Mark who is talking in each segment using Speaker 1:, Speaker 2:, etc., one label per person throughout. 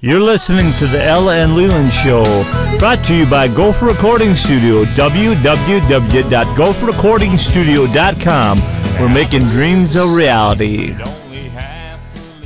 Speaker 1: You're listening to the Ella and Leland Show, brought to you by Gopher Recording Studio, www.gopherrecordingstudio.com. We're making dreams a reality.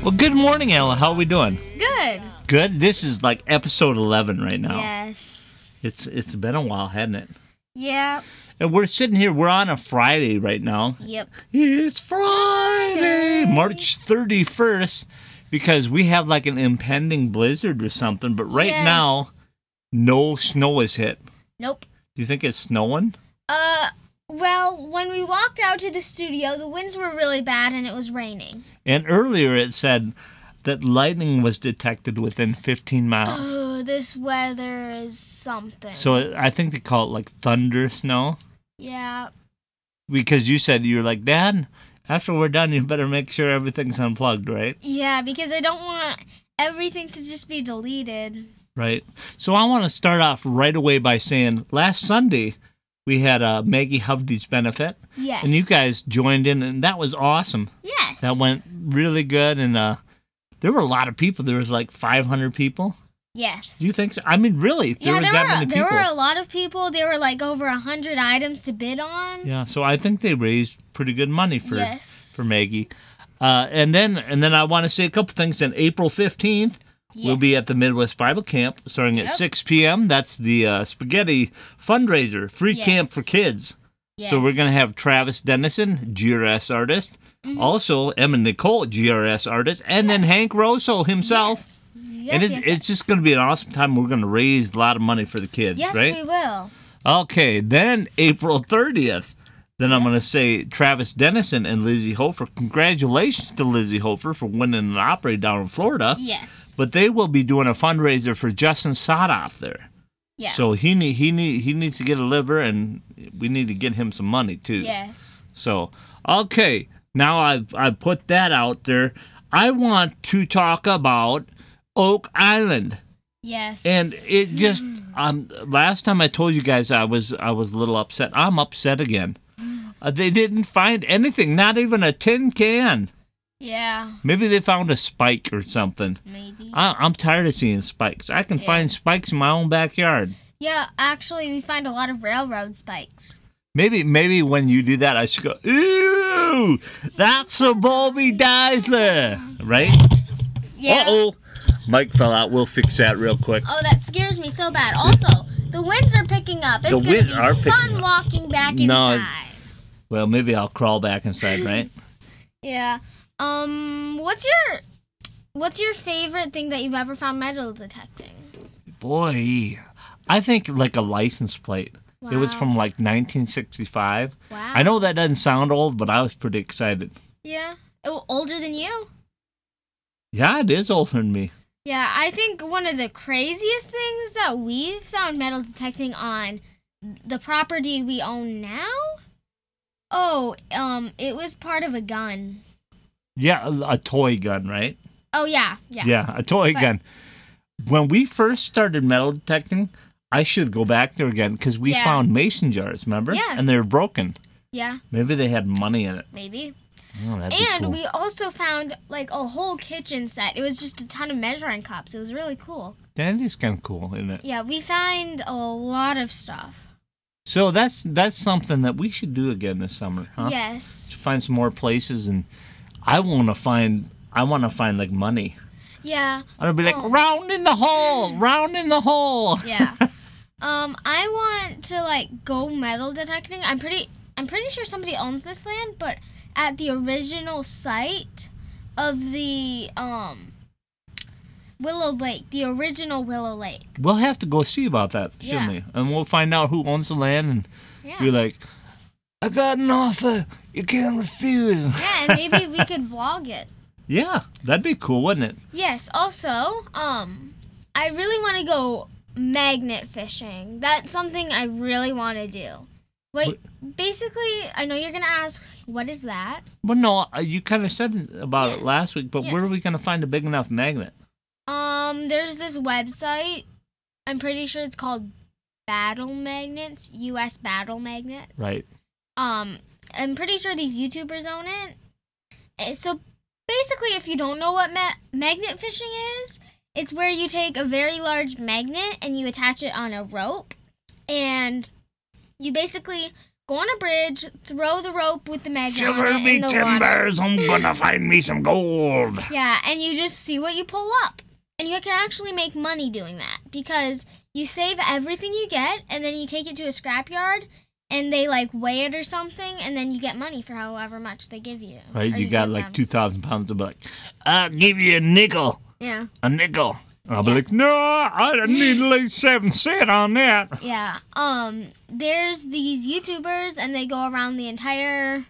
Speaker 1: Well, good morning, Ella. How are we doing?
Speaker 2: Good.
Speaker 1: Good. This is like episode 11 right now.
Speaker 2: Yes.
Speaker 1: It's it's been a while, hasn't it?
Speaker 2: Yeah.
Speaker 1: And we're sitting here. We're on a Friday right now.
Speaker 2: Yep.
Speaker 1: It's Friday, March 31st, because we have like an impending blizzard or something. But right
Speaker 2: Yes.
Speaker 1: now, no snow is hit.
Speaker 2: Nope.
Speaker 1: Do you think it's snowing?
Speaker 2: Uh. Well, when we walked out to the studio, the winds were really bad and it was raining.
Speaker 1: And earlier it said that lightning was detected within 15 miles.
Speaker 2: Oh, this weather is something.
Speaker 1: So I think they call it like thunder snow
Speaker 2: yeah.
Speaker 1: because you said you were like, Dad, after we're done, you better make sure everything's unplugged, right?
Speaker 2: Yeah, because I don't want everything to just be deleted.
Speaker 1: Right. So I want to start off right away by saying last Sunday we had uh, Maggie Hovde's benefit,
Speaker 2: Yes.
Speaker 1: and you guys joined in, and that was awesome.
Speaker 2: Yes.
Speaker 1: That went really good, and uh, there were a lot of people. There was like 500 people.
Speaker 2: Yes.
Speaker 1: Do you think so? I mean, really, there
Speaker 2: yeah,
Speaker 1: was
Speaker 2: there
Speaker 1: that
Speaker 2: were
Speaker 1: many
Speaker 2: there
Speaker 1: people.
Speaker 2: were a lot of people. There were like over a hundred items to bid on.
Speaker 1: Yeah, so I think they raised pretty good money for
Speaker 2: yes.
Speaker 1: for Maggie. Uh, and then and then I want to say a couple things. On April 15th, We'll be at the Midwest Bible Camp starting at
Speaker 2: Yep.
Speaker 1: 6 p.m. That's the uh, spaghetti fundraiser, free
Speaker 2: Yes.
Speaker 1: camp for kids.
Speaker 2: yes.
Speaker 1: So we're going to have Travis Dennison, GRS artist,
Speaker 2: Mm-hmm.
Speaker 1: also Emma Nicole, GRS artist, and then Hank Rosso himself.
Speaker 2: Yes. Yes.
Speaker 1: and it's,
Speaker 2: yes,
Speaker 1: it's just going to be an awesome time. We're going to raise a lot of money for the kids,
Speaker 2: yes,
Speaker 1: right?
Speaker 2: we will.
Speaker 1: Okay, then April 30th. Then I'm going to say Travis Dennison and Lizzie Hofer. Congratulations to Lizzie Hofer for winning an opera down in Florida.
Speaker 2: Yes.
Speaker 1: But they will be doing a fundraiser for Justin Sadoff there.
Speaker 2: yeah.
Speaker 1: So he need, he need, he needs to get a liver, and we need to get him some money too.
Speaker 2: Yes.
Speaker 1: So okay, now I've I put that out there. I want to talk about Oak Island,
Speaker 2: Yes.
Speaker 1: and it just um last time I told you guys I was I was a little upset. I'm upset again. Uh, they didn't find anything, not even a tin can.
Speaker 2: yeah,
Speaker 1: Maybe they found a spike or something.
Speaker 2: maybe.
Speaker 1: I, I'm tired of seeing spikes. I can
Speaker 2: Yeah.
Speaker 1: find spikes in my own backyard.
Speaker 2: yeah, actually, we find a lot of railroad spikes.
Speaker 1: Maybe, maybe when you do that, I should go, "Ooh, that's a Bobby Dazzler," right?
Speaker 2: Yeah.
Speaker 1: Uh oh, Mike fell out. We'll fix that real quick.
Speaker 2: Oh, that scares me so bad. Also, the winds are picking up. It's
Speaker 1: The
Speaker 2: gonna
Speaker 1: wind
Speaker 2: be
Speaker 1: are picking
Speaker 2: fun
Speaker 1: up.
Speaker 2: walking back
Speaker 1: No, it's-
Speaker 2: inside.
Speaker 1: Well, maybe I'll crawl back inside, right?
Speaker 2: Yeah. Um, what's your what's your favorite thing that you've ever found metal detecting?
Speaker 1: Boy, I think like a license plate. It was
Speaker 2: Wow.
Speaker 1: from like 1965.
Speaker 2: Wow.
Speaker 1: I know that doesn't sound old, but I was pretty excited.
Speaker 2: Yeah. Oh, older than you?
Speaker 1: Yeah, it is older than me.
Speaker 2: Yeah, I think one of the craziest things that we've found metal detecting on the property we own now. Oh, um, it was part of a gun.
Speaker 1: Yeah, a, a toy gun, right?
Speaker 2: Oh yeah, yeah.
Speaker 1: Yeah, a toy
Speaker 2: But-
Speaker 1: gun. When we first started metal detecting, I should go back there again because we
Speaker 2: Yeah.
Speaker 1: found mason jars, remember?
Speaker 2: Yeah.
Speaker 1: And they were broken.
Speaker 2: Yeah,
Speaker 1: Maybe they had money in it.
Speaker 2: maybe.
Speaker 1: Oh, that'd
Speaker 2: and
Speaker 1: be cool.
Speaker 2: we also found like a whole kitchen set. It was just a ton of measuring cups. It was really cool.
Speaker 1: that is kind of cool, isn't it?
Speaker 2: Yeah, we find a lot of stuff.
Speaker 1: So that's that's something that we should do again this summer, huh?
Speaker 2: Yes.
Speaker 1: Find some more places, and I want to find I want to find like money.
Speaker 2: Yeah.
Speaker 1: I'm gonna be like
Speaker 2: Oh.
Speaker 1: round in the hole, round in the hole.
Speaker 2: Yeah. um, I want to like go metal detecting. I'm pretty I'm pretty sure somebody owns this land, but at the original site of the um Willow Lake, the original Willow Lake.
Speaker 1: We'll have to go see about that, shouldn't
Speaker 2: Yeah.
Speaker 1: we? And we'll find out who owns the land and
Speaker 2: Yeah.
Speaker 1: You're like, I got an offer you can't refuse.
Speaker 2: yeah, and maybe we could vlog it.
Speaker 1: Yeah, that'd be cool, wouldn't it?
Speaker 2: Yes, also, um I really want to go magnet fishing. That's something I really want to do. Wait, basically, I know you're going to ask, what is that?
Speaker 1: Well, no, uh, you kind of said about it
Speaker 2: Yes.
Speaker 1: last week, but where are
Speaker 2: Yes.
Speaker 1: we going to find a big enough magnet?
Speaker 2: Um, there's this website. I'm pretty sure it's called Battle Magnets, U.S. Battle Magnets.
Speaker 1: Right.
Speaker 2: Um, I'm pretty sure these YouTubers own it. Eh, So basically, if you don't know what ma- magnet fishing is, It's where you take a very large magnet and you attach it on a rope, and you basically go on a bridge, throw the rope with the magnet on
Speaker 1: Shiver
Speaker 2: it in
Speaker 1: me
Speaker 2: the water.
Speaker 1: timbers, I'm gonna find me some gold.
Speaker 2: Yeah, and you just see what you pull up. And you can actually make money doing that because you save everything you get and then you take it to a scrapyard and they like weigh it or something and then you get money for however much they give you.
Speaker 1: Right?
Speaker 2: or
Speaker 1: You got
Speaker 2: give
Speaker 1: like
Speaker 2: them.
Speaker 1: two thousand pounds. I'll be like, I'll give you a nickel,
Speaker 2: Yeah.
Speaker 1: a nickel. And I'll be like, no, I need at least seven cent on that.
Speaker 2: Yeah. Um there's these YouTubers and they go around the entire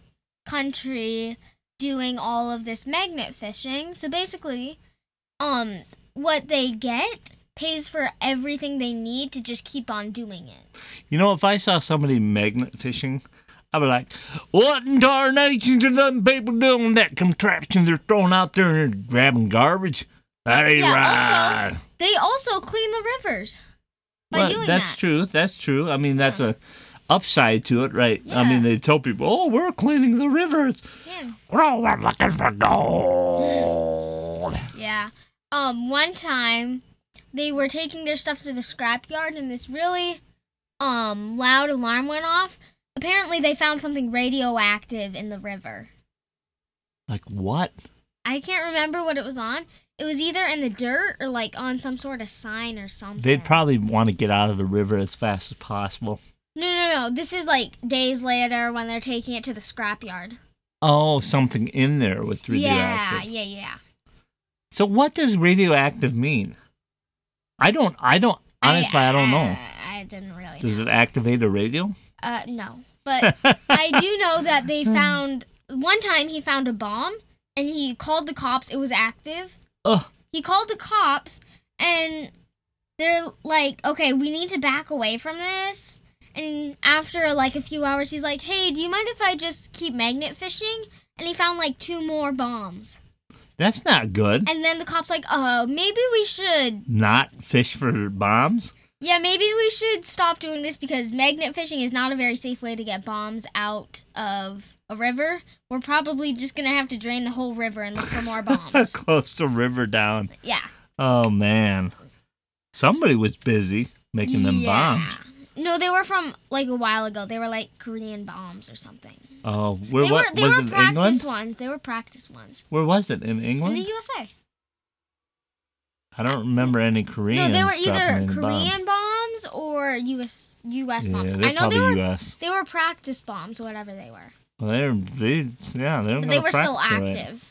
Speaker 2: country doing all of this magnet fishing. So basically, um what they get pays for everything they need to just keep on doing it.
Speaker 1: You know, if I saw somebody magnet fishing, I'd be like, what in tarnations are them people doing that contraption they're throwing out there and they're grabbing garbage? That ain't
Speaker 2: Yeah,
Speaker 1: right.
Speaker 2: also- They also clean the rivers by
Speaker 1: Well,
Speaker 2: doing
Speaker 1: that's
Speaker 2: that.
Speaker 1: true. That's true. I mean, that's a upside to it, right? I
Speaker 2: Yeah.
Speaker 1: mean, they tell people, "Oh, we're cleaning the rivers.
Speaker 2: Yeah.
Speaker 1: Oh, we're looking for gold."
Speaker 2: Yeah. Um, one time they were taking their stuff to the scrapyard and this really um loud alarm went off. Apparently they found something radioactive in the river.
Speaker 1: Like what?
Speaker 2: I can't remember what it was on. It was either in the dirt or like on some sort of sign or something.
Speaker 1: They'd probably want to get out of the river as fast as possible.
Speaker 2: No, no, no. This is like days later when they're taking it to the scrapyard.
Speaker 1: Oh, something in there with
Speaker 2: Yeah,
Speaker 1: radioactive.
Speaker 2: yeah, yeah.
Speaker 1: So what does radioactive mean? I don't. I don't. Honestly, I, don't know.
Speaker 2: I, I didn't really.
Speaker 1: Does it activate a radio?
Speaker 2: Uh, no. But I do know that they found one time he found a bomb and he called the cops. It was active.
Speaker 1: Ugh.
Speaker 2: He called the cops and they're like, "Okay, we need to back away from this." And after like a few hours, he's like, "Hey, do you mind if I just keep magnet fishing?" And he found like two more bombs.
Speaker 1: That's not good.
Speaker 2: And then the cops like, "Oh, maybe we should
Speaker 1: Not fish for bombs.
Speaker 2: Yeah, maybe we should stop doing this because magnet fishing is not a very safe way to get bombs out of a river. We're probably just gonna have to drain the whole river and look for more bombs.
Speaker 1: Close the river down.
Speaker 2: yeah.
Speaker 1: Oh man, somebody was busy making them
Speaker 2: Yeah.
Speaker 1: bombs.
Speaker 2: No, they were from like a while ago. They were like Korean bombs or something.
Speaker 1: Oh, where
Speaker 2: they
Speaker 1: what
Speaker 2: were they
Speaker 1: was
Speaker 2: were
Speaker 1: it? in
Speaker 2: practice
Speaker 1: England?
Speaker 2: ones. They were practice ones.
Speaker 1: Where was it in
Speaker 2: In the
Speaker 1: England?
Speaker 2: USA.
Speaker 1: I don't remember any Koreans.
Speaker 2: no, they were
Speaker 1: dropping any
Speaker 2: either Korean bombs, or US US
Speaker 1: bombs.
Speaker 2: bombs.
Speaker 1: Yeah,
Speaker 2: I
Speaker 1: they're
Speaker 2: know they were
Speaker 1: probably U.S.
Speaker 2: they were practice bombs, whatever they were.
Speaker 1: Well, they're they yeah they're.
Speaker 2: But they were still active.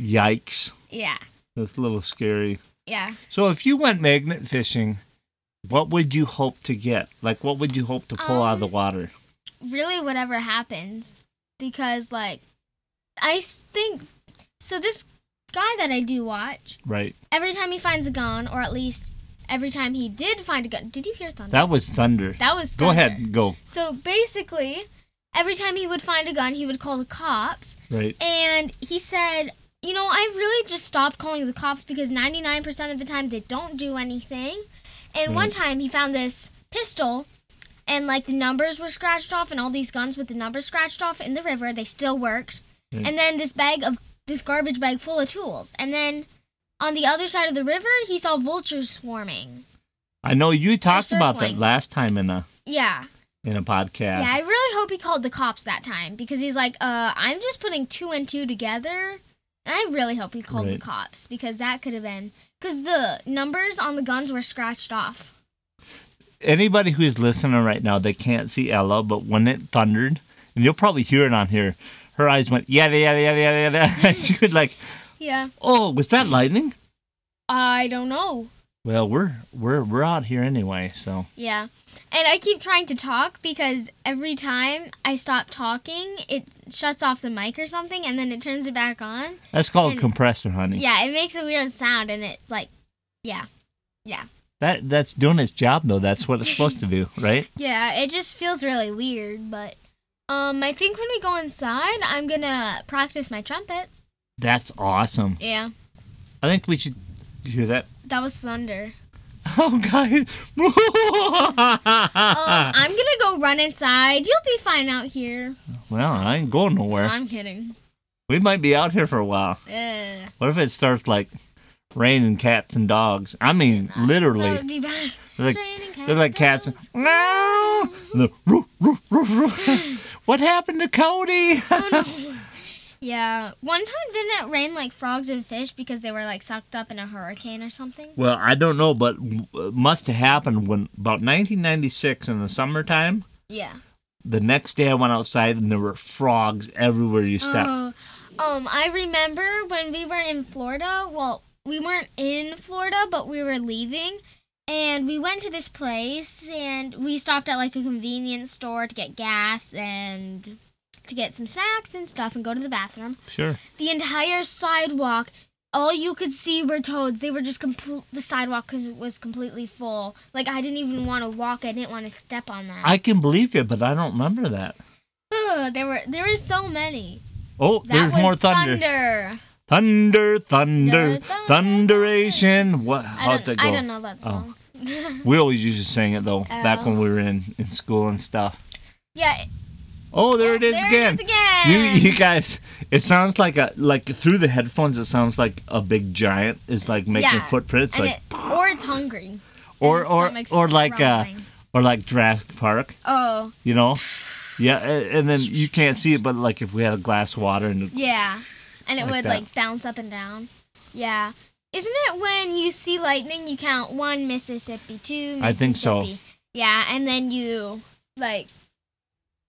Speaker 1: Yikes!
Speaker 2: Yeah.
Speaker 1: That's a little scary.
Speaker 2: Yeah.
Speaker 1: So if you went magnet fishing, what would you hope to get? Like, what would you hope to pull out of the
Speaker 2: Um,
Speaker 1: water?
Speaker 2: really whatever happens because like i s- think so this guy that i do watch
Speaker 1: Right.
Speaker 2: every time he finds a gun or at least every time he did find a gun did you hear thunder
Speaker 1: That was thunder.
Speaker 2: that was
Speaker 1: Go
Speaker 2: thunder.
Speaker 1: ahead, go.
Speaker 2: so basically every time he would find a gun he would call the cops
Speaker 1: Right.
Speaker 2: and he said you know i've really just stopped calling the cops because 99% of the time they don't do anything and one time he found this pistol and like the numbers were scratched off and all these guns with the numbers scratched off in the river they still worked
Speaker 1: Mm.
Speaker 2: and then this bag of this garbage bag full of tools and then on the other side of the river he saw vultures swarming
Speaker 1: I know you talked about that
Speaker 2: circling.
Speaker 1: last time in a
Speaker 2: yeah
Speaker 1: in a podcast.
Speaker 2: yeah i really hope he called the cops that time because he's like uh i'm just putting two and two together and i really hope he called the
Speaker 1: Right.
Speaker 2: cops because that could have been because the numbers on the guns were scratched off
Speaker 1: Anybody who's listening right now, they can't see Ella, but when it thundered, and you'll probably hear it on here, her eyes went yada yada yada yada yada. and she was like,
Speaker 2: yeah
Speaker 1: "Oh, was that lightning?"
Speaker 2: i don't know
Speaker 1: Well, we're we're we're out here anyway, so
Speaker 2: Yeah. And I keep trying to talk because every time I stop talking, it shuts off the mic or something and then it turns it back on.
Speaker 1: that's called
Speaker 2: And-
Speaker 1: compressor, honey.
Speaker 2: Yeah, it makes a weird sound and it's like, yeah.
Speaker 1: That that's doing its job though. That's what it's supposed to do, right?
Speaker 2: Yeah, it just feels really weird, but um I think when we go inside, I'm going to practice my trumpet.
Speaker 1: That's awesome.
Speaker 2: Yeah.
Speaker 1: I think we should you hear that.
Speaker 2: That was thunder.
Speaker 1: Oh, guys!
Speaker 2: Um,
Speaker 1: Ah.
Speaker 2: I'm going to go run inside. You'll be fine out here.
Speaker 1: well, I ain't going nowhere.
Speaker 2: I'm kidding.
Speaker 1: We might be out here for a while.
Speaker 2: Ugh.
Speaker 1: What if it starts like raining cats and dogs. I mean,
Speaker 2: That
Speaker 1: literally.
Speaker 2: would be bad.
Speaker 1: They're like,
Speaker 2: Raining
Speaker 1: they're like cats.
Speaker 2: dogs.
Speaker 1: Meow. And the roof, roof, roof, roof. What happened to Cody?
Speaker 2: Yeah. One time didn't it rain like frogs and fish because they were like sucked up in a hurricane or something?
Speaker 1: Well, I don't know, but it must have happened when about 1996 in the summertime.
Speaker 2: Yeah.
Speaker 1: The next day, I went outside and there were frogs everywhere you stepped.
Speaker 2: Oh, um, I remember when we were in Florida. Well, we weren't in Florida, but we were leaving, and we went to this place, and we stopped at like a convenience store to get gas and to get some snacks and stuff, and go to the bathroom.
Speaker 1: Sure.
Speaker 2: The entire sidewalk. All you could see were toads. They were just complete. The sidewalk 'cause it was completely full. Like I didn't even want to walk. I didn't want to step on that.
Speaker 1: I can believe you, but I don't remember that.
Speaker 2: Ugh, there were there was so many.
Speaker 1: Oh,
Speaker 2: That
Speaker 1: there's
Speaker 2: was
Speaker 1: more thunder.
Speaker 2: thunder.
Speaker 1: Thunder, thunder,
Speaker 2: Thunder, thunder,
Speaker 1: thunderation. What?
Speaker 2: I
Speaker 1: How's
Speaker 2: don't,
Speaker 1: that
Speaker 2: I
Speaker 1: go? Oh.
Speaker 2: don't know that song.
Speaker 1: We always used to sing it though, back
Speaker 2: Oh.
Speaker 1: when we were in, in school and stuff.
Speaker 2: yeah, it-
Speaker 1: Oh, there it is
Speaker 2: there
Speaker 1: again.
Speaker 2: it is again.
Speaker 1: You, you guys, it sounds like a like through the headphones. It sounds like a big giant is like making
Speaker 2: Yeah.
Speaker 1: footprints,
Speaker 2: and
Speaker 1: like
Speaker 2: it, or it's hungry.
Speaker 1: or
Speaker 2: its
Speaker 1: or
Speaker 2: stomach's
Speaker 1: or like uh,
Speaker 2: rumbling.
Speaker 1: or like Jurassic Park,
Speaker 2: Oh,
Speaker 1: you know? Yeah, a- and then you can't see it, but like if we had a glass of water and
Speaker 2: yeah, and it
Speaker 1: Like
Speaker 2: would
Speaker 1: that.
Speaker 2: like bounce up and down. Yeah, isn't it when you see lightning, you count one Mississippi, two Mississippi.
Speaker 1: I think so.
Speaker 2: Yeah, and then you like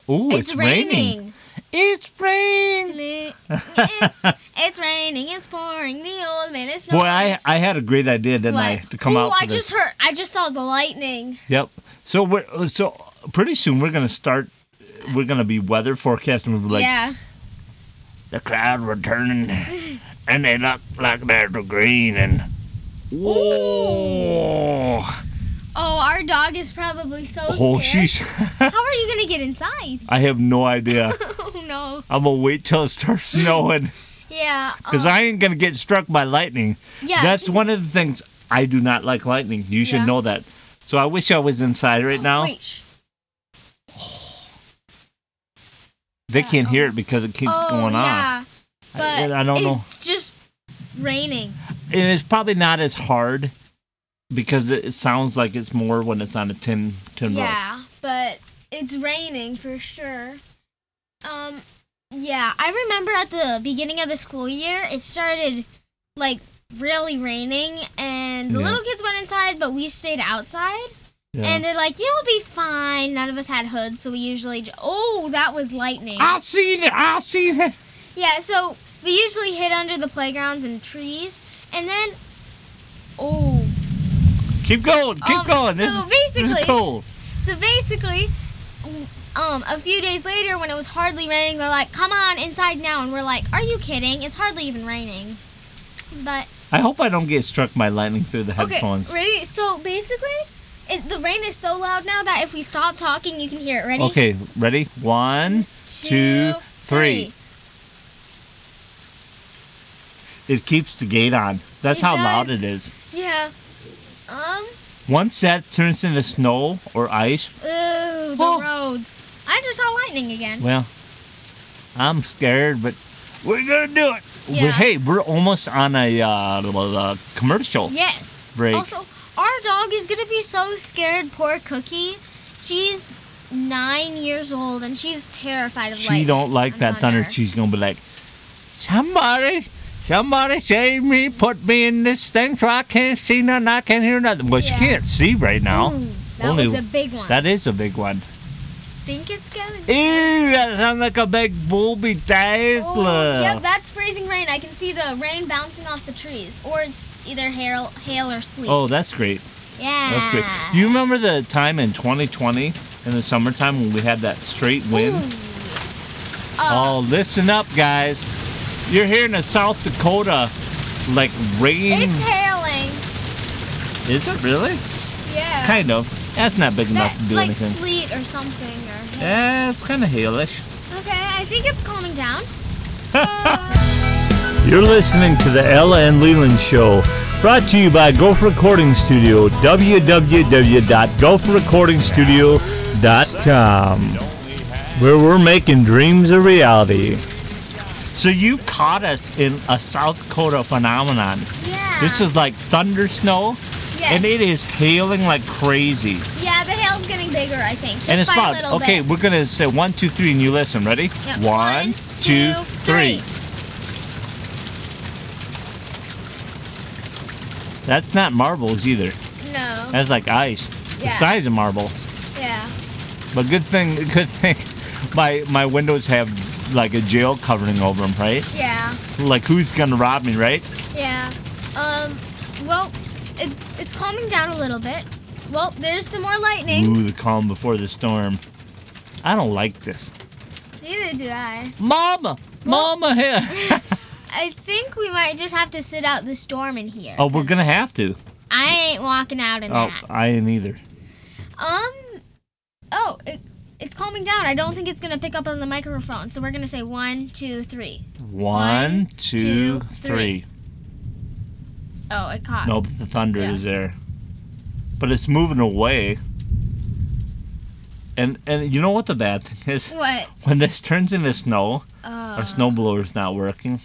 Speaker 1: oh,
Speaker 2: it's,
Speaker 1: it's, raining.
Speaker 2: raining.
Speaker 1: It's raining.
Speaker 2: it's it's raining. It's pouring. The old man is.
Speaker 1: Boy, I I had a great idea, didn't I, to come
Speaker 2: Ooh,
Speaker 1: out for
Speaker 2: I
Speaker 1: this?
Speaker 2: just heard. I just saw the lightning.
Speaker 1: Yep. So we're uh, so pretty soon we're gonna start. We're gonna be weather forecasting. We'll be like
Speaker 2: yeah.
Speaker 1: the clouds were turning, and they look like they're green and. Whoa!
Speaker 2: Oh, our dog is probably so
Speaker 1: Oh,
Speaker 2: scared.
Speaker 1: she's.
Speaker 2: How are you gonna get inside?
Speaker 1: I have no idea.
Speaker 2: oh no.
Speaker 1: I'm gonna wait till it starts snowing
Speaker 2: Yeah.
Speaker 1: because
Speaker 2: um,
Speaker 1: I ain't gonna get struck by lightning.
Speaker 2: Yeah.
Speaker 1: That's one of the things I do not like lightning. You should
Speaker 2: Yeah. Oh,
Speaker 1: know that. So I wish I was inside right now.
Speaker 2: Wait. shh.
Speaker 1: They can't hear it because it keeps
Speaker 2: oh,
Speaker 1: going off.
Speaker 2: yeah. But
Speaker 1: I don't know.
Speaker 2: It's just raining.
Speaker 1: and it's probably not as hard because it, it sounds like it's more when it's on a tin tin roll.
Speaker 2: Yeah, but it's raining for sure. Um, yeah, I remember at the beginning of the school year, it started like really raining, and the
Speaker 1: Yeah.
Speaker 2: little kids went inside, but we stayed outside.
Speaker 1: Yeah.
Speaker 2: And they're like, "You'll be fine." None of us had hoods, so we usually. j- Oh, that was lightning.
Speaker 1: I seen it. I seen it.
Speaker 2: Yeah, so we usually hid under the playgrounds and trees, and then, oh,
Speaker 1: Keep going. Keep
Speaker 2: Um,
Speaker 1: going. This,
Speaker 2: so
Speaker 1: is- this is
Speaker 2: basically-
Speaker 1: cool.
Speaker 2: so basically, w- um, a few days later when it was hardly raining, they're like, "Come on inside now," and we're like, "Are you kidding? It's hardly even raining." But
Speaker 1: I hope I don't get struck by lightning through the
Speaker 2: okay,
Speaker 1: headphones.
Speaker 2: ready? So basically, it, the rain is so loud now that if we stop talking, you can hear it. Ready?
Speaker 1: Okay, ready? One, two, three. It keeps the gate on. That's
Speaker 2: It
Speaker 1: how
Speaker 2: does.
Speaker 1: loud it is.
Speaker 2: Yeah. Um.
Speaker 1: Once that turns into snow or ice,
Speaker 2: Ooh, the
Speaker 1: Oh.
Speaker 2: roads. I just saw lightning again.
Speaker 1: well, I'm scared, but we're gonna do it. We-
Speaker 2: Yeah.
Speaker 1: hey, we're almost on a uh, little, uh, commercial.
Speaker 2: Yes.
Speaker 1: Break.
Speaker 2: Also, our dog is gonna be so scared. Poor Cookie. She's nine years old and she's terrified of
Speaker 1: she
Speaker 2: lightning.
Speaker 1: don't like
Speaker 2: and
Speaker 1: that thunder. She's gonna be like, somebody, somebody save me, put me in this thing so I can't see nothing, I can't hear nothing. Well, she
Speaker 2: Yeah. Mm.
Speaker 1: can't see right now.
Speaker 2: Ooh, that
Speaker 1: Only-
Speaker 2: was a big one.
Speaker 1: That is a big one.
Speaker 2: Think it's going.
Speaker 1: Ew, that sounds like a big booby
Speaker 2: Oh, yep,
Speaker 1: Tesla.
Speaker 2: that's freezing rain. I can see the rain bouncing off the trees, or it's either hail, hail or sleet.
Speaker 1: Oh, that's great.
Speaker 2: yeah.
Speaker 1: That's great. Do you remember the time in 2020 in the summertime when we had that straight wind?
Speaker 2: Uh,
Speaker 1: Oh, listen up, guys. You're here in South Dakota, like rain.
Speaker 2: It's hailing.
Speaker 1: Is it really?
Speaker 2: Yeah.
Speaker 1: Kind of. That's not big enough
Speaker 2: That-
Speaker 1: to do
Speaker 2: like
Speaker 1: anything.
Speaker 2: sleet or something. Or hail.
Speaker 1: Yeah, it's kind of hailish.
Speaker 2: Okay, I think it's calming down.
Speaker 1: You're listening to the Ella and Leland Show, brought to you by Gopher Recording Studio, www.gopherrecordingstudio.com, where we're making dreams a reality. So you caught us in a South Dakota phenomenon.
Speaker 2: Yeah.
Speaker 1: This is like thunder snow,
Speaker 2: Yes.
Speaker 1: and it is hailing like crazy.
Speaker 2: Yeah, the hail's getting bigger, I think. Just
Speaker 1: and it's
Speaker 2: by
Speaker 1: loud.
Speaker 2: a little
Speaker 1: okay,
Speaker 2: bit.
Speaker 1: we're gonna say one, two, three, and you listen. Ready?
Speaker 2: Yep.
Speaker 1: One, two, three. That's not marbles either.
Speaker 2: No.
Speaker 1: That's like ice. The
Speaker 2: Yeah.
Speaker 1: size of marble.
Speaker 2: Yeah.
Speaker 1: But good thing, good thing, my my windows have like a jail covering over them, right?
Speaker 2: Yeah.
Speaker 1: Like who's gonna rob me, right?
Speaker 2: Yeah. Um. Well, it's it's calming down a little bit. Well, there's some more lightning.
Speaker 1: Ooh, the calm before the storm. I don't like this. Mm.
Speaker 2: Neither do I.
Speaker 1: Mama, mama here.
Speaker 2: I think we might just have to sit out the storm in here.
Speaker 1: oh, we're
Speaker 2: 'cause
Speaker 1: gonna have to.
Speaker 2: I ain't walking out in
Speaker 1: Oh,
Speaker 2: that.
Speaker 1: I ain't either.
Speaker 2: Um. Oh, it, it's calming down. I don't think it's gonna pick up on the microphone. So we're gonna say one, two, three.
Speaker 1: One, two, three.
Speaker 2: two, three. Oh, it caught.
Speaker 1: Nope, the thunder
Speaker 2: Yeah.
Speaker 1: is there. But it's moving away. And and you know what the bad thing is?
Speaker 2: What?
Speaker 1: When this turns into snow,
Speaker 2: Uh,
Speaker 1: our snowblower's not working.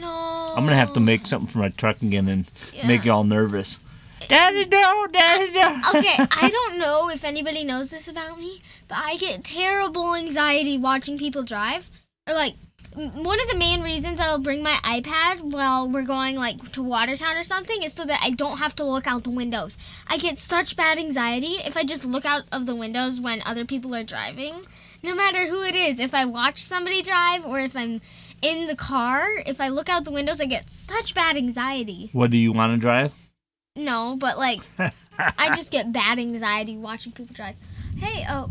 Speaker 2: No.
Speaker 1: I'm gonna have to make something for my truck again and make
Speaker 2: Oh. Yeah.
Speaker 1: you all nervous. Daddy no, daddy no.
Speaker 2: okay, I don't know if anybody knows this about me, but I get terrible anxiety watching people drive. Or like m- one of the main reasons I'll bring my iPad while we're going like to Watertown or something is so that I don't have to look out the windows. I get such bad anxiety if I just look out of the windows when other people are driving. No matter who it is, if I watch somebody drive or if I'm in the car, if I look out the windows, I get such bad anxiety.
Speaker 1: What do you want to drive?
Speaker 2: No, but like, I just get bad anxiety watching people drive. Hey, oh,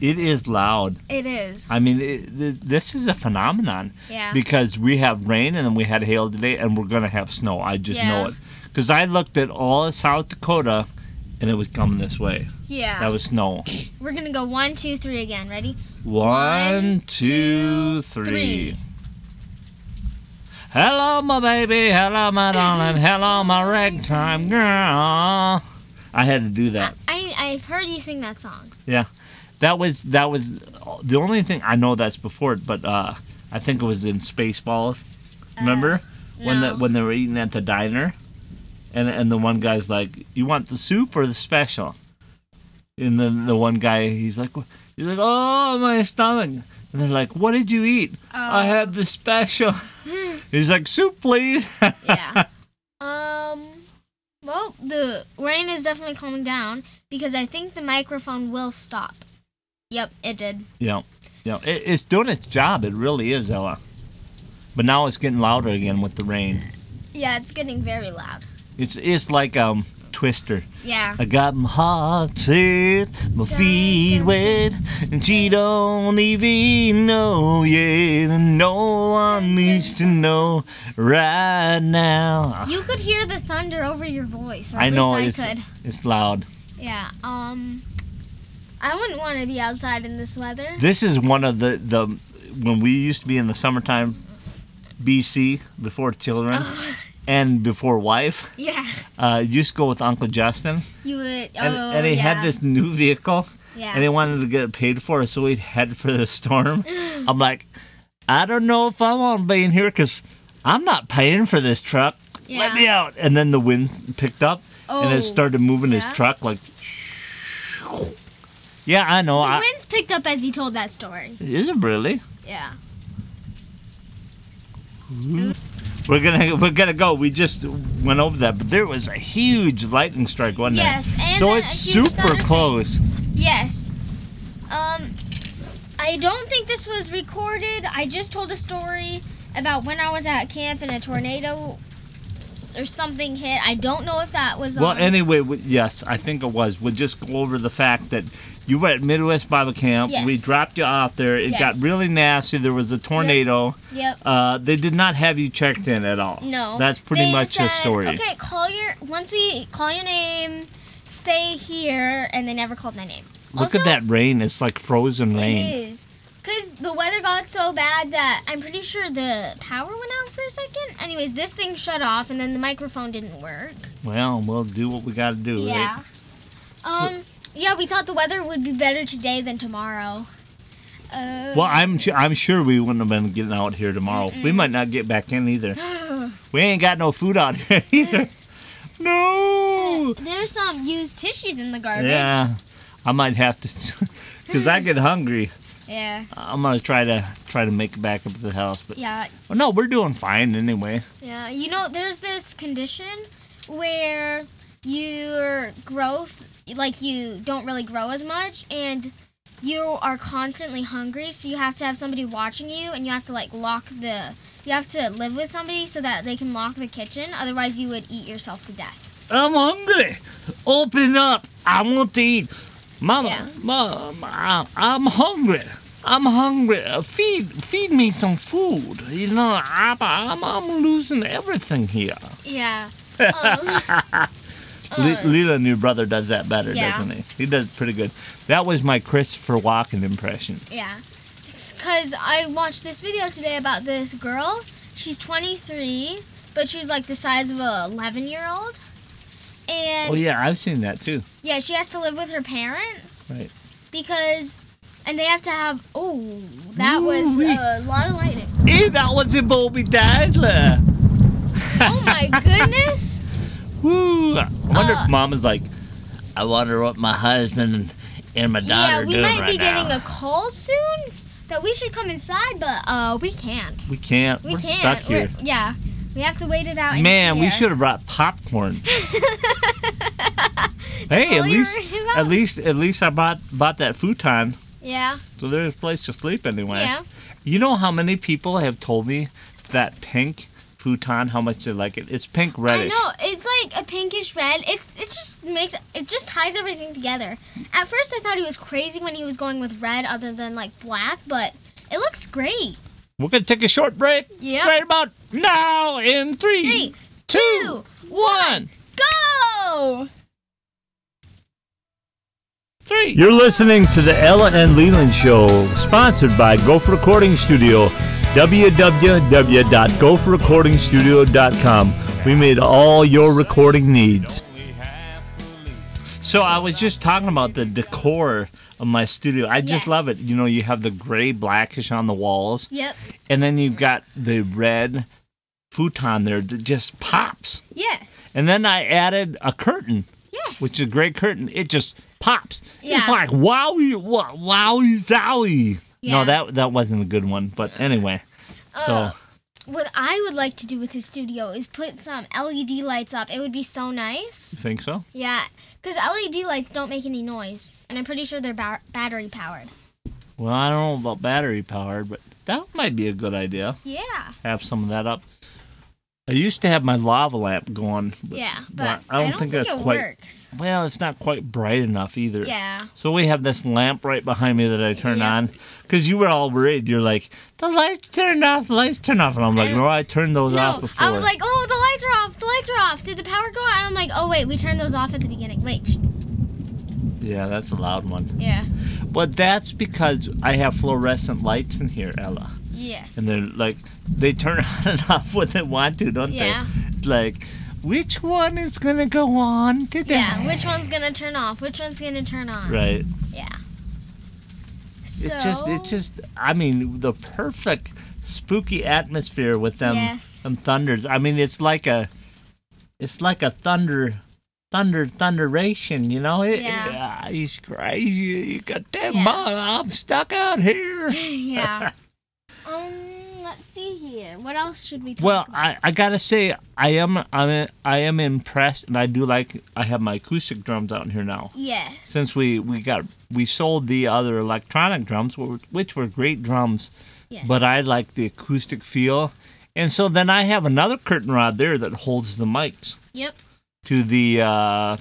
Speaker 1: It is loud.
Speaker 2: it is.
Speaker 1: I mean, it, th- this is a phenomenon
Speaker 2: Yeah.
Speaker 1: because we have rain and then we had hail today, and we're gonna have snow. I just know
Speaker 2: Yeah.
Speaker 1: it because I looked at all of South Dakota, and it was coming this way.
Speaker 2: Yeah.
Speaker 1: That was snow.
Speaker 2: We're gonna go one, two, three again. Ready?
Speaker 1: One,
Speaker 2: One,
Speaker 1: two,
Speaker 2: two,
Speaker 1: three.
Speaker 2: three.
Speaker 1: Hello, my baby. Hello, my darling. Hello, my ragtime girl. I had to do that.
Speaker 2: I I've heard you sing that song.
Speaker 1: Yeah, that was that was the only thing I know that's before it. But uh, I think it was in Spaceballs. Remember when the
Speaker 2: Uh, no.
Speaker 1: when they were eating at the diner, and and the one guy's like, "You want the soup or the special?" And then the one guy he's like, "Wh- he's like, oh my stomach." And they're like, "What did you eat?" I
Speaker 2: Oh.
Speaker 1: had the special. he's like, "Soup, please."
Speaker 2: Yeah. um. Well, the rain is definitely calming down because I think the microphone will stop. Yep, it did.
Speaker 1: Yeah, yeah. It, it's doing its job. It really is, Ella. But now it's getting louder again with the rain.
Speaker 2: Yeah, it's getting very loud.
Speaker 1: It's it's like um Twister.
Speaker 2: Yeah.
Speaker 1: I got my heart set, my feet wet, and she don't even know yet. And no one needs to know right now.
Speaker 2: You could hear the thunder over your voice. Or at
Speaker 1: I know
Speaker 2: least
Speaker 1: it's
Speaker 2: I could.
Speaker 1: it's loud.
Speaker 2: Yeah. Um. I wouldn't want to be outside in this weather.
Speaker 1: This is one of the the when we used to be in the summertime, BC before children.
Speaker 2: Uh.
Speaker 1: And before wife,
Speaker 2: Yeah.
Speaker 1: uh, used to go with Uncle Justin,
Speaker 2: You would.
Speaker 1: and,
Speaker 2: oh,
Speaker 1: and he
Speaker 2: yeah.
Speaker 1: had this new vehicle,
Speaker 2: Yeah.
Speaker 1: and they wanted to get it paid for, so we headed for the storm. I'm like, I don't know if I want to be in here because I'm not paying for this truck. Let
Speaker 2: Yeah.
Speaker 1: me out. And then the wind picked up and
Speaker 2: Oh,
Speaker 1: it started moving
Speaker 2: yeah?
Speaker 1: his truck like. Yeah, I know.
Speaker 2: the
Speaker 1: I,
Speaker 2: winds picked up as he told that story.
Speaker 1: is it really?
Speaker 2: Yeah.
Speaker 1: We're gonna we're gonna go. We just went over that, but there was a huge lightning strike, wasn't there?
Speaker 2: Yes, and
Speaker 1: so
Speaker 2: a-
Speaker 1: it's
Speaker 2: a huge
Speaker 1: super
Speaker 2: thunder.
Speaker 1: close.
Speaker 2: Yes. Um, I don't think this was recorded. I just told a story about when I was at camp and a tornado or something hit. I don't know if that was.
Speaker 1: Well,
Speaker 2: on.
Speaker 1: anyway, we, yes, I think it was. We'll just go over the fact that you were at Midwest Bible Camp. We
Speaker 2: Yes.
Speaker 1: dropped you out there. It got
Speaker 2: Yes.
Speaker 1: really nasty. There was a tornado.
Speaker 2: Yep.
Speaker 1: Uh, they did not have you checked in at all.
Speaker 2: No.
Speaker 1: That's pretty
Speaker 2: They
Speaker 1: much the
Speaker 2: said,
Speaker 1: story.
Speaker 2: Okay, call your once we call your name, say here, and they never called my name.
Speaker 1: Look
Speaker 2: also,
Speaker 1: at that rain. It's like frozen rain.
Speaker 2: It is. Because the weather got so bad that I'm pretty sure the power went out for a second. Anyways, this thing shut off and then the microphone didn't work.
Speaker 1: Well, we'll do what we got to do.
Speaker 2: Yeah.
Speaker 1: Right?
Speaker 2: Um, yeah, we thought the weather would be better today than tomorrow. Oh.
Speaker 1: Well, I'm su- I'm sure we wouldn't have been getting out here tomorrow. We might not get back in either. We ain't got no food out here either.
Speaker 2: Mm.
Speaker 1: No.
Speaker 2: There's some used tissues in the garbage.
Speaker 1: Yeah, I might have to, cause I get hungry.
Speaker 2: Yeah.
Speaker 1: I'm gonna try to try to make it back up to the house, but
Speaker 2: Yeah.
Speaker 1: well, no, we're doing fine anyway.
Speaker 2: Yeah. You know, there's this condition where your growth, like you don't really grow as much, and you are constantly hungry, so you have to have somebody watching you, and you have to like lock the. You have to live with somebody so that they can lock the kitchen. Otherwise, you would eat yourself to death.
Speaker 1: I'm hungry. Open up. I want to eat. Mama,
Speaker 2: Yeah.
Speaker 1: mom, I- I'm hungry. I'm hungry. Uh, Feed, feed me some food. You know, I'm, I'm, I'm losing everything here.
Speaker 2: Yeah. um,
Speaker 1: Li- Lila and your brother does that better,
Speaker 2: Yeah.
Speaker 1: doesn't he? He does pretty good. That was my Christopher Walken impression.
Speaker 2: Yeah. It's because I watched this video today about this girl. She's 23, but she's like the size of a 11 year old. And
Speaker 1: Oh yeah, I've seen that too.
Speaker 2: yeah, she has to live with her parents
Speaker 1: Right.
Speaker 2: because, and they have to have, oh, that was
Speaker 1: Ooh-wee.
Speaker 2: a lot of lighting.
Speaker 1: Hey, that was a Bobby Dazzler.
Speaker 2: Oh my goodness.
Speaker 1: Woo! I wonder
Speaker 2: Uh,
Speaker 1: if mom is like, I wonder what my husband and my daughter
Speaker 2: yeah,
Speaker 1: are
Speaker 2: we
Speaker 1: doing
Speaker 2: might
Speaker 1: right
Speaker 2: be getting
Speaker 1: now.
Speaker 2: a call soon that we should come inside, but uh, we can't.
Speaker 1: we can't.
Speaker 2: We
Speaker 1: are
Speaker 2: can't.
Speaker 1: stuck
Speaker 2: We're-
Speaker 1: here.
Speaker 2: yeah, we have to wait it out. in
Speaker 1: Man, we
Speaker 2: here.
Speaker 1: should have brought popcorn. hey,
Speaker 2: all
Speaker 1: at
Speaker 2: you
Speaker 1: least,
Speaker 2: worried about?
Speaker 1: at least, at least I bought bought that futon,
Speaker 2: Yeah,
Speaker 1: so there's a place to sleep anyway.
Speaker 2: yeah.
Speaker 1: You know how many people have told me that pink futon, how much they like it? It's pink reddish.
Speaker 2: I know it's like a pinkish red. It it just makes it just ties everything together. At first, I thought he was crazy when he was going with red other than like black, but it looks great.
Speaker 1: We're gonna take a short break.
Speaker 2: Yep.
Speaker 1: Right about now in
Speaker 2: Three,
Speaker 1: three, two, one.
Speaker 2: two, go!
Speaker 1: you You're listening to the Ella and Leland Show, sponsored by Gopher Recording Studio. www.gopherrecordingstudio.com. We made all your recording needs. So I was just talking about the decor of my studio. I just
Speaker 2: Yes.
Speaker 1: love it. You know, you have the gray blackish on the walls,
Speaker 2: Yep.
Speaker 1: and then you've got the red futon there that just pops.
Speaker 2: Yes.
Speaker 1: And then I added a curtain
Speaker 2: Yes.
Speaker 1: which is a great curtain. It just pops. It's
Speaker 2: Yeah.
Speaker 1: like wowie, wa- wowie, zowie.
Speaker 2: Yeah.
Speaker 1: No, that that wasn't a good one. But anyway, so
Speaker 2: Uh, what I would like to do with his studio is put some LED lights up. It would be so nice.
Speaker 1: you think so?
Speaker 2: Yeah, because LED lights don't make any noise, and I'm pretty sure they're ba- battery powered.
Speaker 1: Well, I don't know about battery powered, but that might be a good idea.
Speaker 2: Yeah.
Speaker 1: Have some of that up. I used to have my lava lamp going. But,
Speaker 2: Yeah, but
Speaker 1: I don't think that's
Speaker 2: it
Speaker 1: quite-
Speaker 2: works.
Speaker 1: Well, it's not quite bright enough either.
Speaker 2: Yeah.
Speaker 1: So we have this lamp right behind me that I turn
Speaker 2: Yeah.
Speaker 1: on. 'Cause on because you were all worried. You're like, the lights turned off, lights turned off, and I'm like,
Speaker 2: And-
Speaker 1: no, I turned those
Speaker 2: No,
Speaker 1: off before.
Speaker 2: I was like, oh, the lights are off. The lights are off. Did the power go out? And I'm like, oh wait, we turned those off at the beginning. Wait. sh-
Speaker 1: yeah, that's a loud one.
Speaker 2: Yeah.
Speaker 1: But that's because I have fluorescent lights in here, Ella.
Speaker 2: Yes.
Speaker 1: And they're like, they turn on and off when they want to, don't
Speaker 2: Yeah.
Speaker 1: they? It's like, which one is going to go on today?
Speaker 2: yeah. Which one's gonna turn off? Which one's gonna turn on?
Speaker 1: Right.
Speaker 2: Yeah. So.
Speaker 1: It's just, it's just, I mean, the perfect spooky atmosphere with them,
Speaker 2: Yes.
Speaker 1: them thunders. I mean, it's like a, it's like a thunder, thunder, thunderation, you know? It,
Speaker 2: Yeah.
Speaker 1: ah, he's crazy. You got that
Speaker 2: Yeah.
Speaker 1: mom. I'm stuck out here.
Speaker 2: yeah. um. Let's see here. What else should we talk
Speaker 1: Well,
Speaker 2: about?
Speaker 1: I, I gotta say I am I'm, I am impressed, and I do like I have my acoustic drums out here now.
Speaker 2: Yes.
Speaker 1: Since we we got we sold the other electronic drums, wh- which were great drums,
Speaker 2: Yes.
Speaker 1: but I like the acoustic feel, and so then I have another curtain rod there that holds the mics
Speaker 2: Yep.
Speaker 1: to the uh,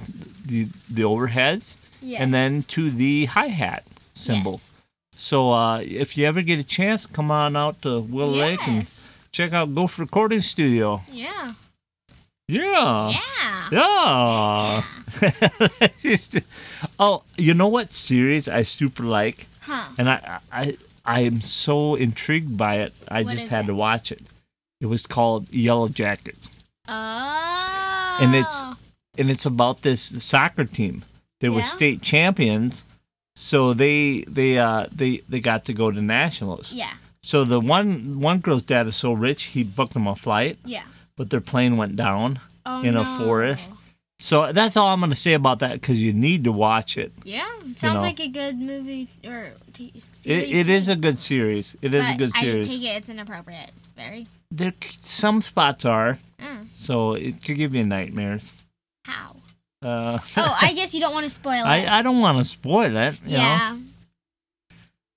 Speaker 1: the the overheads, and then to the hi hat cymbal.
Speaker 2: Yes.
Speaker 1: So uh, if you ever get a chance, come on out to Will Lake and
Speaker 2: Yes.
Speaker 1: check out Gopher Recording Studio.
Speaker 2: Yeah.
Speaker 1: Yeah.
Speaker 2: Yeah.
Speaker 1: Yeah. Just- oh, you know what series I super like,
Speaker 2: Huh.
Speaker 1: and I I I am so intrigued by it. I
Speaker 2: What
Speaker 1: just
Speaker 2: is
Speaker 1: had
Speaker 2: it?
Speaker 1: to watch it. It was called Yellow Jackets,
Speaker 2: Oh.
Speaker 1: and it's and it's about this soccer team. They were
Speaker 2: Yeah?
Speaker 1: state champions, So they they uh they they got to go to nationals.
Speaker 2: Yeah.
Speaker 1: So the one one girl's dad is so rich he booked them a flight,
Speaker 2: Yeah.
Speaker 1: but their plane went down
Speaker 2: Oh,
Speaker 1: in
Speaker 2: no.
Speaker 1: a forest. So that's all I'm gonna say about that because you need to watch it.
Speaker 2: Yeah, sounds
Speaker 1: know.
Speaker 2: like a good movie or t-
Speaker 1: It,
Speaker 2: series.
Speaker 1: it
Speaker 2: to
Speaker 1: is
Speaker 2: me,
Speaker 1: a good series. It is
Speaker 2: but
Speaker 1: a good
Speaker 2: I
Speaker 1: series.
Speaker 2: take it it's inappropriate. Very.
Speaker 1: There c- some spots are,
Speaker 2: Mm,
Speaker 1: so it could give you nightmares.
Speaker 2: how?
Speaker 1: Uh,
Speaker 2: Oh, I guess you don't want to spoil it.
Speaker 1: I I don't want to spoil it. You Know?
Speaker 2: yeah.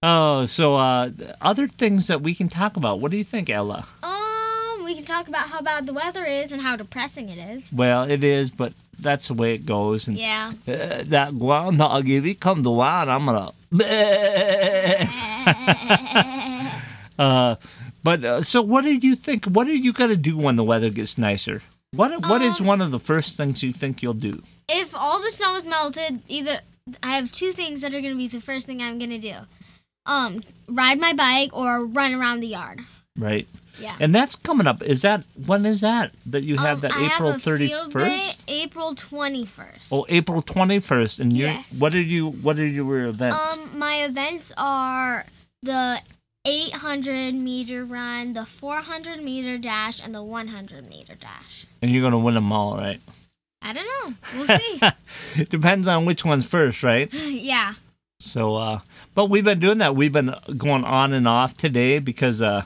Speaker 1: Oh, so uh, other things that we can talk about. What do you think, Ella?
Speaker 2: Um, we can talk about how bad the weather is and how depressing it is.
Speaker 1: Well, it is, but that's the way it goes. And
Speaker 2: Yeah.
Speaker 1: uh, that groundhog, if he comes around, I'm gonna. Uh, but uh, so, what do you think? What are you gonna do when the weather gets nicer? What What is
Speaker 2: Um,
Speaker 1: one of the first things you think you'll do?
Speaker 2: if all the snow is melted, either I have two things that are going to be the first thing I'm going to do. Um, ride my bike or run around the yard.
Speaker 1: Right,
Speaker 2: Yeah.
Speaker 1: and that's coming up. Is that when is that that you have
Speaker 2: Um,
Speaker 1: that
Speaker 2: I
Speaker 1: April
Speaker 2: have a field day,
Speaker 1: first?
Speaker 2: April 21st.
Speaker 1: Oh, April twenty first, and you.
Speaker 2: Yes.
Speaker 1: What are you? What are your events?
Speaker 2: Um, my events are the 800 meter run, the 400 meter dash, and the 100 meter dash.
Speaker 1: and you're gonna win them all, right?
Speaker 2: I don't know. We'll see.
Speaker 1: Depends on which one's first, right?
Speaker 2: yeah.
Speaker 1: So, uh, but we've been doing that. We've been going on and off today because uh,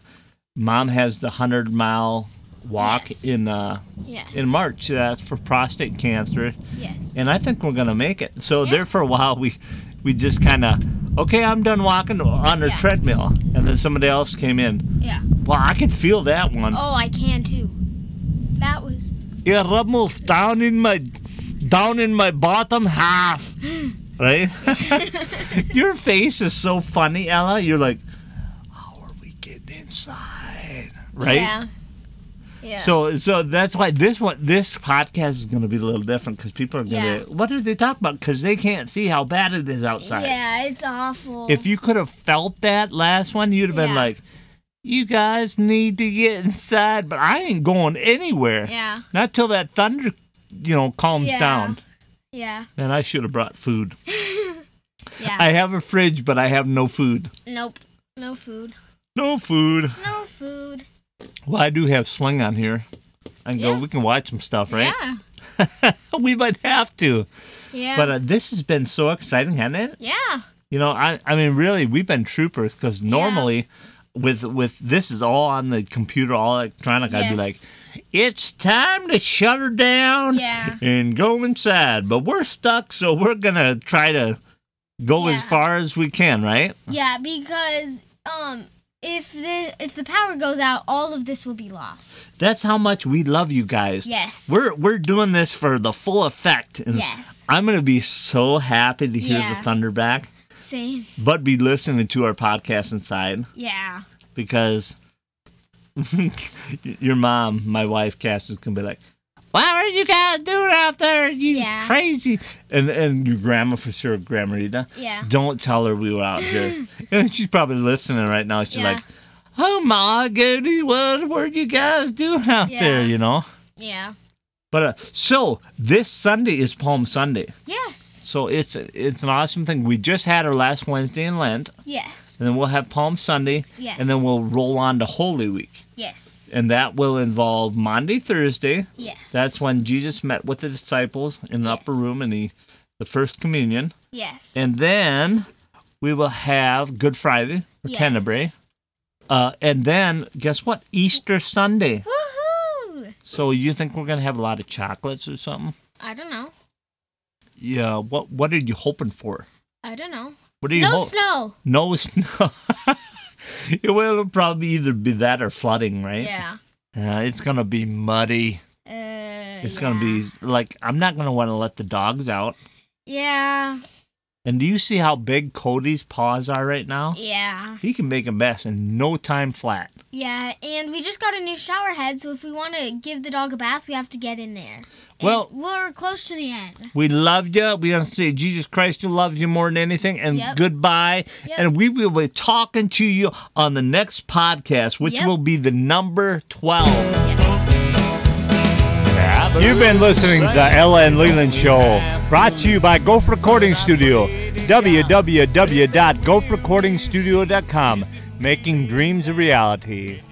Speaker 1: mom has the hundred mile walk
Speaker 2: Yes.
Speaker 1: in uh,
Speaker 2: Yeah.
Speaker 1: in March. That's for prostate cancer,
Speaker 2: yes.
Speaker 1: and I think we're gonna make it. So
Speaker 2: Yeah.
Speaker 1: there for a while, we we just kind of okay. I'm done walking on her
Speaker 2: Yeah.
Speaker 1: treadmill, and then somebody else came in.
Speaker 2: Yeah.
Speaker 1: Well, I could feel that one.
Speaker 2: Oh, I can too. That was.
Speaker 1: It rumbles down in my down in my bottom half. Right? Your face is so funny, Ella. You're like, how are we getting inside? Right?
Speaker 2: Yeah. Yeah.
Speaker 1: So so that's why this one this podcast is going to be a little different cuz people are going to
Speaker 2: Yeah.
Speaker 1: what are they talking about cuz they can't see how bad it is outside.
Speaker 2: Yeah, it's awful.
Speaker 1: If you could have felt that last one, you'd have been
Speaker 2: Yeah.
Speaker 1: like, you guys need to get inside, but I ain't going anywhere.
Speaker 2: yeah.
Speaker 1: Not till that thunder, you know, calms
Speaker 2: Yeah.
Speaker 1: down.
Speaker 2: Yeah.
Speaker 1: Man, I should have brought food.
Speaker 2: Yeah.
Speaker 1: I have a fridge, but I have no food.
Speaker 2: nope. No food.
Speaker 1: No food.
Speaker 2: No food.
Speaker 1: Well, I do have Sling on here. I can
Speaker 2: Yeah.
Speaker 1: go. We can watch some stuff, right?
Speaker 2: Yeah.
Speaker 1: we might have to.
Speaker 2: Yeah.
Speaker 1: But uh, this has been so exciting, hasn't it?
Speaker 2: yeah.
Speaker 1: You know, I I mean, really, we've been troopers because normally, with with this is all on the computer, all electronic. I'd be
Speaker 2: Yes.
Speaker 1: like, it's time to shut her down
Speaker 2: Yeah.
Speaker 1: and go inside. But we're stuck, so we're gonna try to go as
Speaker 2: Yeah.
Speaker 1: far as we can, right?
Speaker 2: Yeah, because um, if the if the power goes out, all of this will be lost.
Speaker 1: That's how much we love you guys.
Speaker 2: Yes.
Speaker 1: We're we're doing this for the full effect. And
Speaker 2: Yes.
Speaker 1: I'm gonna be so happy to hear
Speaker 2: Yeah.
Speaker 1: the thunder back,
Speaker 2: Same.
Speaker 1: but be listening to our podcast inside
Speaker 2: Yeah.
Speaker 1: because your mom, my wife, Cass, is gonna be like, "What are you guys doing out there? You
Speaker 2: Yeah.
Speaker 1: crazy!" And and your grandma for sure, Grandma Rita.
Speaker 2: Yeah.
Speaker 1: Don't tell her we were out here. and she's probably listening right now. She's
Speaker 2: Yeah.
Speaker 1: like, "Oh my goody, what were you guys doing out there?"
Speaker 2: Yeah.
Speaker 1: You know.
Speaker 2: Yeah.
Speaker 1: But uh, so this Sunday is Palm Sunday,
Speaker 2: Yes.
Speaker 1: so it's it's an awesome thing. We just had our last Wednesday in Lent,
Speaker 2: Yes.
Speaker 1: and then we'll have Palm Sunday,
Speaker 2: Yes.
Speaker 1: and then we'll roll on to Holy Week,
Speaker 2: Yes.
Speaker 1: and that will involve Monday, Thursday.
Speaker 2: Yes.
Speaker 1: That's when Jesus met with the disciples in the
Speaker 2: Yes.
Speaker 1: upper room and the the first communion,
Speaker 2: yes.
Speaker 1: and then we will have Good Friday for
Speaker 2: Yes.
Speaker 1: Canterbury, uh, and then guess what? Easter Sunday.
Speaker 2: Woohoo!
Speaker 1: So you think we're gonna have a lot of chocolates or something?
Speaker 2: I don't know.
Speaker 1: Yeah. What What are you hoping for?
Speaker 2: I don't know.
Speaker 1: What are you
Speaker 2: No
Speaker 1: hoping?
Speaker 2: snow.
Speaker 1: no snow. it will probably either be that or flooding, right?
Speaker 2: Yeah.
Speaker 1: Yeah, it's gonna be muddy.
Speaker 2: Uh,
Speaker 1: It's
Speaker 2: yeah.
Speaker 1: gonna be like I'm not gonna want to let the dogs out.
Speaker 2: Yeah.
Speaker 1: And do you see how big Cody's paws are right now?
Speaker 2: Yeah.
Speaker 1: He can make a mess in no time flat.
Speaker 2: Yeah, and we just got a new shower head, so if we want to give the dog a bath, we have to get in there. And
Speaker 1: Well-
Speaker 2: we're close to the end.
Speaker 1: We love you. We want to say Jesus Christ loves you more than anything. And
Speaker 2: Yep.
Speaker 1: goodbye.
Speaker 2: Yep.
Speaker 1: And we will be talking to you on the next podcast, which
Speaker 2: Yep.
Speaker 1: will be the number 12.
Speaker 2: Yes.
Speaker 3: You've been listening to the Ella and Leland Show, brought to you by Gopher Recording Studio.
Speaker 1: www.gophrecordingstudio.com, making dreams a reality.